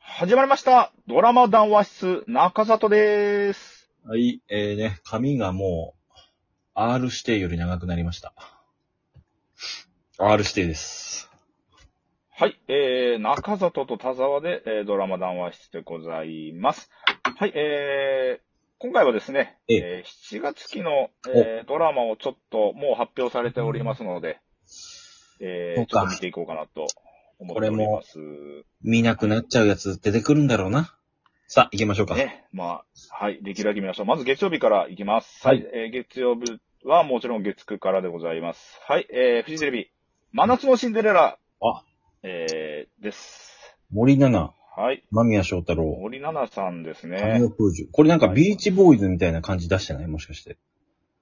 始まりましたドラマ談話室、中里でーす。はい、えー、ね、髪がもう、R 指定より長くなりました。R 指定です。はい、えー、中里と田沢で、えードラマ談話室でございます。はい、えー、今回はですね、ええー7月期の、えードラマをちょっともう発表されておりますので、えそー、うちょかっと見ていこうかなと思っております。見なくなっちゃうやつ出てくるんだろうな。さあ、行きましょうか。ね、まあ、はい、できるだけ見ましょう。まず月曜日からいきます。ははいい、えー月曜日はもちろん月9からでございます。はい、えー、フジテレビ、真夏のシンデレラ、あえー、です。森七菜、はい、間宮祥太郎、森七菜さんです神ね尾。空樹。これなんかビーチボーイズみたいな感じ出してないもしかして。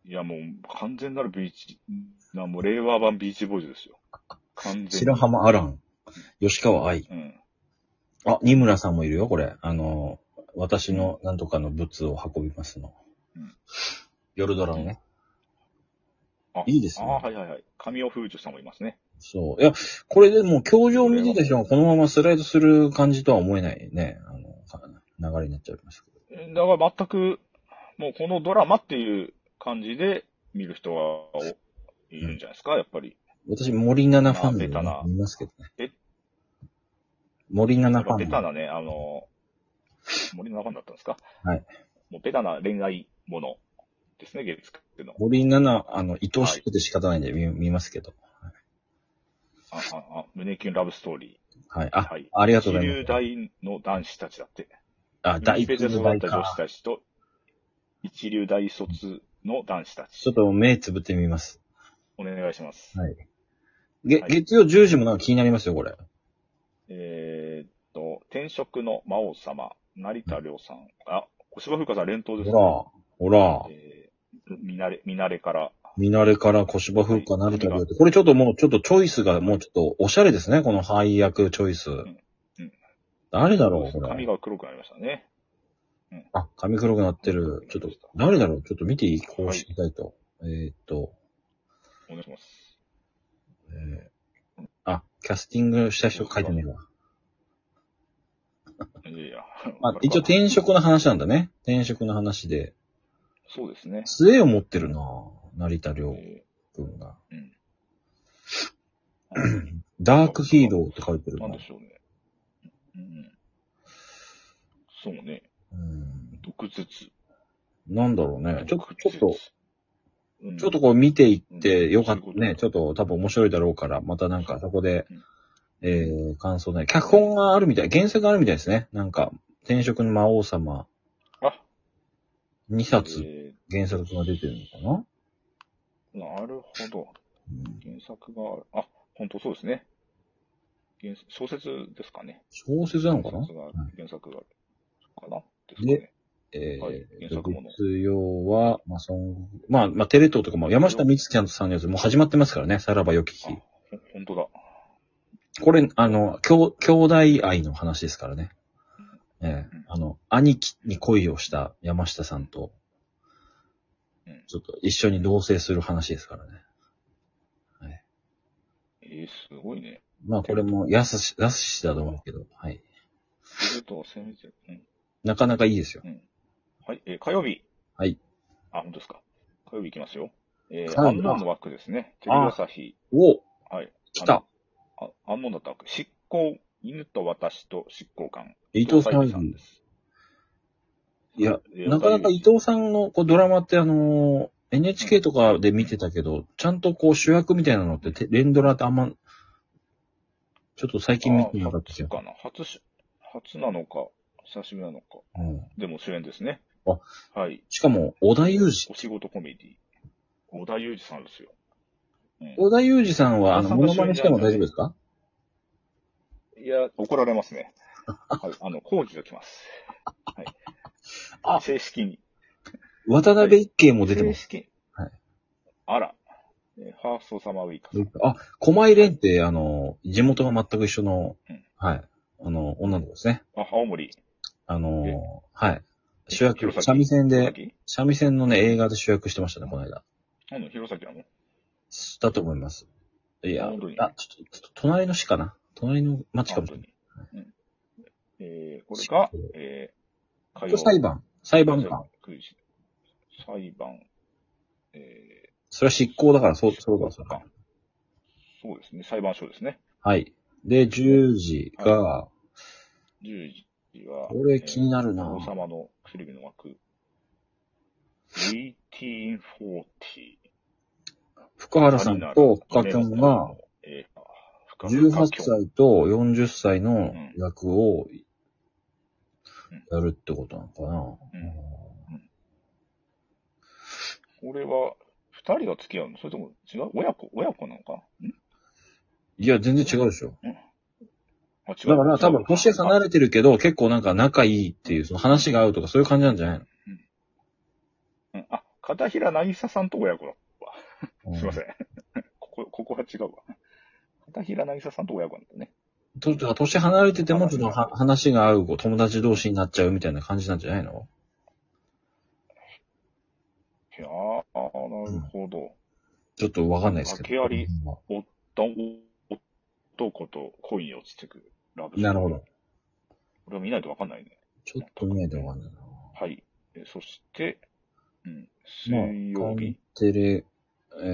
いや、もう完全なるビーチ、なもう令和版ビーチボーイズですよ。完全白に。浜アラン、吉川愛。うん。あ、二村さんもいるよ、これ。あの、私のなんとかの物を運びますのうん。夜ドラのねあ。いいですあね。あー、はいはいはい。神尾風樹さんもいますね。そう。いや、これでもう、教場を見てた人がこのままスライドする感じとは思えないね。あの、か流れになっちゃいますけど。だから全く、もうこのドラマっていう感じで見る人はいるんじゃないですか、やっぱり。私、森七菜ファンで、まあベタねな、見ますけどね。え森七菜フまあベァタン。なね、あの、森の中にだったんですかはい。もうベタな恋愛ものですね、月9っていうの。森七菜、あの、愛おしくて仕方ないんで見,、見ますけど。あ、あ、あ、胸キュンラブストーリはい。ー。あ、はい。ありがとう一ございま流す。大の男子たちだって。あ、大一ペで育卒っ大た女子か。たちと、一流大卒の男子たち。ちょっと目つぶってみます。お願いします。はいげ、はい月曜10時もなんか気になりますよ、これ。えーっと、転職の魔王様、成田亮さん。あ、小芝風花さん連投ですね。ほら、ほら、えー見慣れ、見慣れから。見慣れから小芝風花なるたりこれちょっともう、ちょっとチョイスがもうちょっとおしゃれですね、この配役チョイスうん。誰だろう、こ髪れ。が黒くなりましたね。あ、髪黒くなってる。ちょっと、誰だろうちょっと見ていいこうしていたいと。えーっと、お願いします。えーあ、キャスティングした人書いてないわ。いやいや。まあ、一応転職の話なんだね。転職の話で。そうですね。杖を持ってるな成田亮え君が。ーうん。ダークヒーローって書いてるななんでしょうね。うん。そうね。うん。毒舌。なんだろうね。ちょっと、ちょっと、うん、ちょっとこう見ていってよかっうんそういうこたとね。ちょっと多分面白いだろうから、またなんかそこでうん、えー、感想ない。脚本があるみたい。原作があるみたいですね。なんか、転職の魔王様あ、 2冊え原作が出てるのかーなるほど。な、うん原作がある。あ、本当そうですね。原作小説ですかね。小説なのか小な説があるは原作がある。かなですかね。えー、はい原作もの月曜は、まあ、そん、まあ、まあ、テレ東とかも、山下美月さんのやつもう始まってますからね。さらばよきあ日。、ほ本当だ。これ、あの、兄弟兄弟愛の話ですからね。えうえんあの、兄貴に恋をした山下さんとうん、ちょっと一緒に同棲する話ですからね。えー、すごいね。まあこれも安し、安しだと思うけど、はい。ちょっと攻めてる。うん。なかなかいいですよ。はい、えー火曜日。はい。あ、本当ですか。火曜日行きますよ。えー、火曜日アンノンの枠ですね。テレビ朝日。おはい。来たあのあアンノンだった枠。執行、犬と私と執行官。伊藤さ伊ん藤沙莉いす。や、えーなかなか伊藤さんのこうドラマってあのー NHK とかで見てたけど、ちゃんとこう主役みたいなのってて、連ドラってあんま、ちょっと最近見てなかったですあよ。初かな初し、初なのか、久しぶりなのか。うん、でも主演ですね。あはい。しかも、織田裕二。お仕事コメディ。小田裕二さんですよ。うん織田裕二さんは、あの、小モ田ノさんが主演なんマネしてもだよ大ね丈夫ですかいや、怒られます ね。はい。あの、講義が来ます。 はい。あ正式に。渡辺一慶も出てます。正式。はいあら。えーファーストサマーウイカさん。あ、狛江蓮って、あの、地元が全く一緒のうん、はい、あの、女の子ですね。あ、青森。あえの、はい。主役、弘前三味線弘で、前三味線のね、映画で主役してましたね、この間。なんだ、弘前なのだと思います。いや、あ、ち本ょ当っにと、ちょっと隣の市かな隣の町か本もし当れない。に。うんえー、これが、えー、火これ裁判。裁判官。裁判、えそれは執行だから、そう、そうだ、そうだ。ー、そうですね、裁判所ですね。はい。で、10時が、 10時は、これ気になるなえー王様の薬指の枠。1840。福原さんと深きょんが、えー、深々18歳と40歳の役をやるってことなのかな。これは、二人が付き合うのそれとも違う親子親子なのかんいや、全然違うでしょ。あ、違う。だから多分、年が離れてるけど、結構なんか仲いいっていう、その話が合うとかそういう感じなんじゃないのうんあ、片平なぎささんと親子だ。うすいません。 ここ、ここは違うわ。片平なぎささんと親子なんだね。とと年離れてても、ちょっとは話が合う、こう友達同士になっちゃうみたいな感じなんじゃないのいやー、あーなるほど。ちょっとわかんないですけど。訳ありどん、男と恋に落ちてくラブ。なるほど。。これを見ないとわかんないね。ちょっと見ないとわかんないな。はい。えそして、うん、水まあ、曜日。カンテレ、え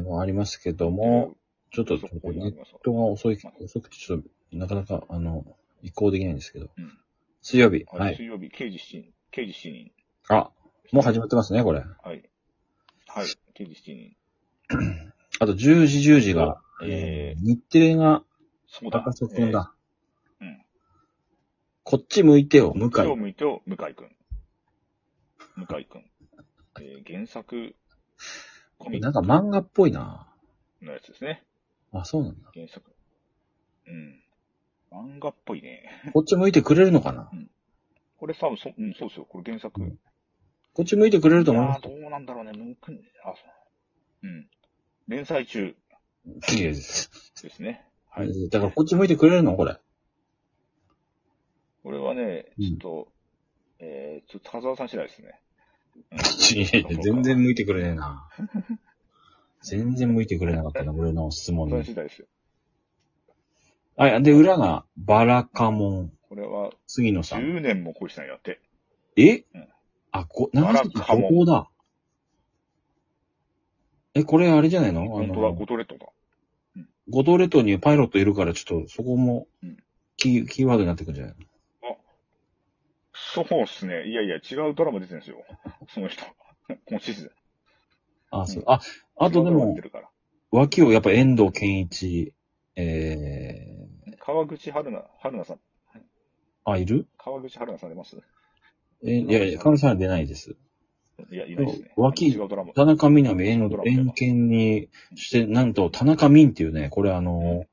ー、もありますけども、ちょっと、そちょっことにネあッりますトが遅い、遅くて、ちょっと、なかなか、あの、移行できないんですけど。うん水曜日。わは、はいい。水曜日、刑事7人。刑事7人。あ、もう始まってますね、これ。はい。はい、刑事7人。あと、10時、10時が、ええー、日テレが、そうだ。赤楚くんえーうだ。んこっち向いてよ、向えー。井今。日向いてよ、向井くん。向井くん。 えー、原作、コミッなんクか漫画っぽいな。のやつですね。あ、そうなんだ。原作。うん。漫画っぽいね。こっち向いてくれるのかなこれ多分そ、うん、そうですよ。これ原作。うんこっち向いてくれると思いあまあ、どうなんだろうね。向くん、あ、そう。うん。連載中す。いやいやいやですね。はい。だからこっち向いてくれるのこれ。これはね、うんちょっと、えー、ちょっと、田沢さん次第ですね。いやいや、全然向いてくれねえな。全然向いてくれなかったな、俺の質問田沢さん次に。第ですよ。あ、で、裏が、バラカモン、これは、杉野さん。 10年も恋しないやって。えうんあ、こ、長崎バラカモンここだ。え、これあれじゃないのあ本当だ、の五、島列島だ。五島列島にパイロットいるから、ちょっとそこもうんキー、キーワードになってくるんじゃないのそうっすね。いやいや、違うドラマ出てるんですよ。その人。今シーズン。あ、そうう。あ、あとで違うドラマも出て、るから。脇をやっぱ遠藤健一、え川口春奈、春奈さん。ー、あ、いる川口春奈さん出ますえ、いやいや、カルさんは出ないです。いや、いないですね。脇違うドラマ。田中みなみ、遠ドラマ遠見にして、なんと、田中みんっていうね、これあの、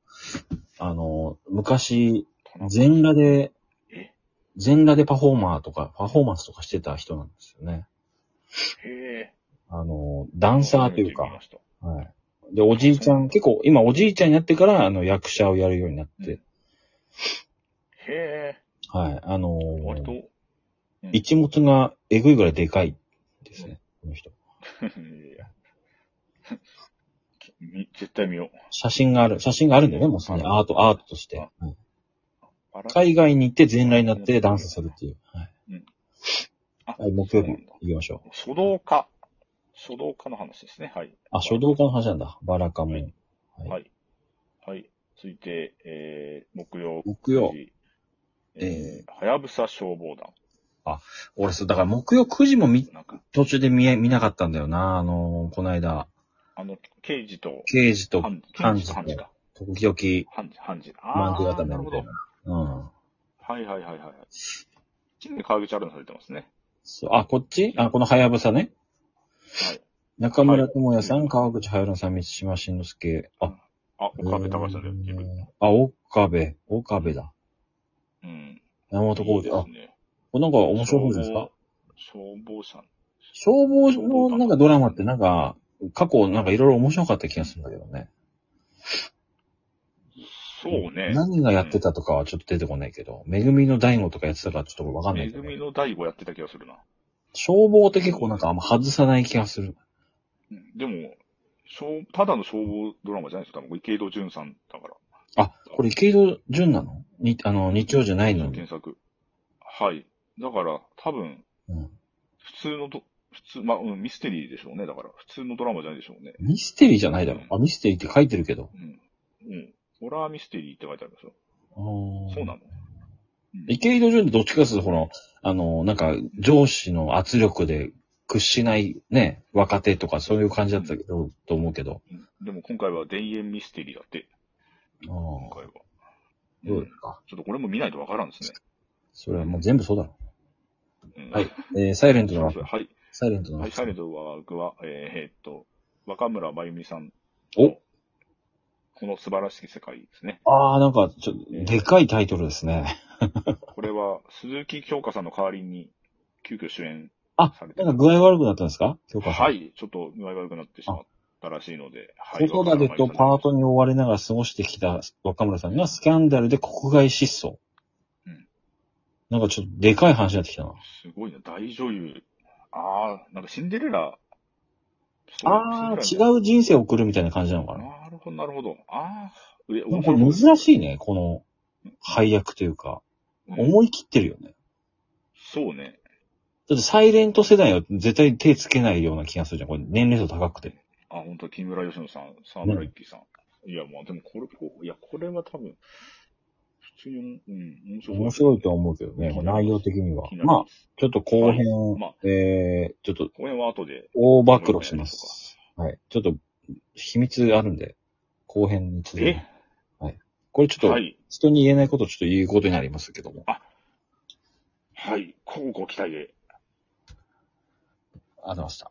あの、昔、田中全裸でえ、全裸でパフォーマーとか、パフォーマンスとかしてた人なんですよね。へえ。あの、ダンサーと初いうめか、て見まはい。で、おじいちゃん、結構、今おじいちゃんになってから、あの、役者をやるようになって、した。へえ。はい。あのー割と、 一物がえぐいぐらいでかいですね、この人。いやいやみ絶対見よう。写真がある、写真があるんだよね、もうすでに。アート、アートとして。はいあら海外に行って全裸になってダンスするっていう。はい。あはい、木曜日そうなんだ行きましょう。書道家。書道家の話ですね。はい。あ、書道家の話なんだ。バラカモン。はい。はい。はい続いて、えー、木曜。木曜。えー、はやぶさ消防団。俺そう、だから木曜9時も見、なんか、途中で見え、見なかったんだよな。あのー、この間、あの、刑事と、刑事と判事、判刑事事と判事か。時々、判事、判事。マンあクあ、型にななるるほみたど。いな。うん。はいはいはいはい。ちなみに川口アルナされてますね。そうあ、こっちあ、このハヤブサね。はい。中村智也さはん、い川口春奈さん、満島真之介。あ、あ、岡部隆さんだよ、自分。えーあ、岡部、岡部だ。うん。山本浩二。あいい、ですねこれなんか面白そうですか消防消防車。消防のなんかドラマってなんか、過去なんかいろいろ面白かった気がするんだけどね。そうね。何がやってたとかはちょっと出てこないけど、めぐみの大悟とかやってたからちょっとわかんなめいけぐど、みね。の第五やってた気がするな。消防って結構なんかあんま外さない気がする。うんでも、消ただの消防ドラマじゃないですか。多分池井戸潤さんだから。あ、これ池井戸潤なのに、あの、日曜じゃないのに。検索。はい。だから、多分、うん普通のど、普通、まあ、うん、ミステリーでしょうね。だから、普通のドラマじゃないでしょうね。ミステリーじゃないだろ。あ、ミステリーって書いてるけど。うん。うん。ホラーミステリーって書いてありますよ。あーそうなの池井戸潤ってどっちかっていうと、この、あの、なんか、上司の圧力で屈しないね、若手とかそういう感じだったけど、と思うけど。うんでも今回は田園ミステリーだって、ああ、今回は。うどうでんすか。ちょっとこれも見ないとわからんですね。それはもう全部そうだろ。うんはいえー、サイレントそうのそう、はい。サイレントのはい、サイレントは、僕は、えーえーっと、若村真由美さん。おこの素晴らしき世界ですね。ああ、なんか、ちょ、でかいタイトルですね。これは、鈴木京香さんの代わりに、急遽主演あされ、てなんか具合悪くなったんですか今日から。は。い、ちょっと具合悪くなってしまったらしいので、はい。子育てとパートに追われながら過ごしてきた若村さんがスキャンダルで国外失踪。うんなんかちょっとでかい話になってきたな。すごいな、大女優。ああ、なんかシンデレラ。ああ、違う。う人生を送るみたいな感じなのかな。なるほど、なるほど。ああ、え、なん面か白い。珍しいね、この配役というか。うん思い切ってるよね。そうね。だってサイレント世代は絶対手つけないような気がするじゃん。これ年齢層高くて。あ、本当木村佳乃さん、沢村一樹さん。いや、まあでもこれ、こういや、これは多分、普通に、うん、面白い。面白いとは思うけどね、内容的には気。になりまあま、す。ちょっと後編、はいまあえー、ちょっとこの辺は後で。大暴露します。はい。ちょっと、秘密あるんで、後編に続いえて。これちょっはと、い。人に言えないことをちょっと言うことになりますけども。はい。こうご期待で。ありがとうございました。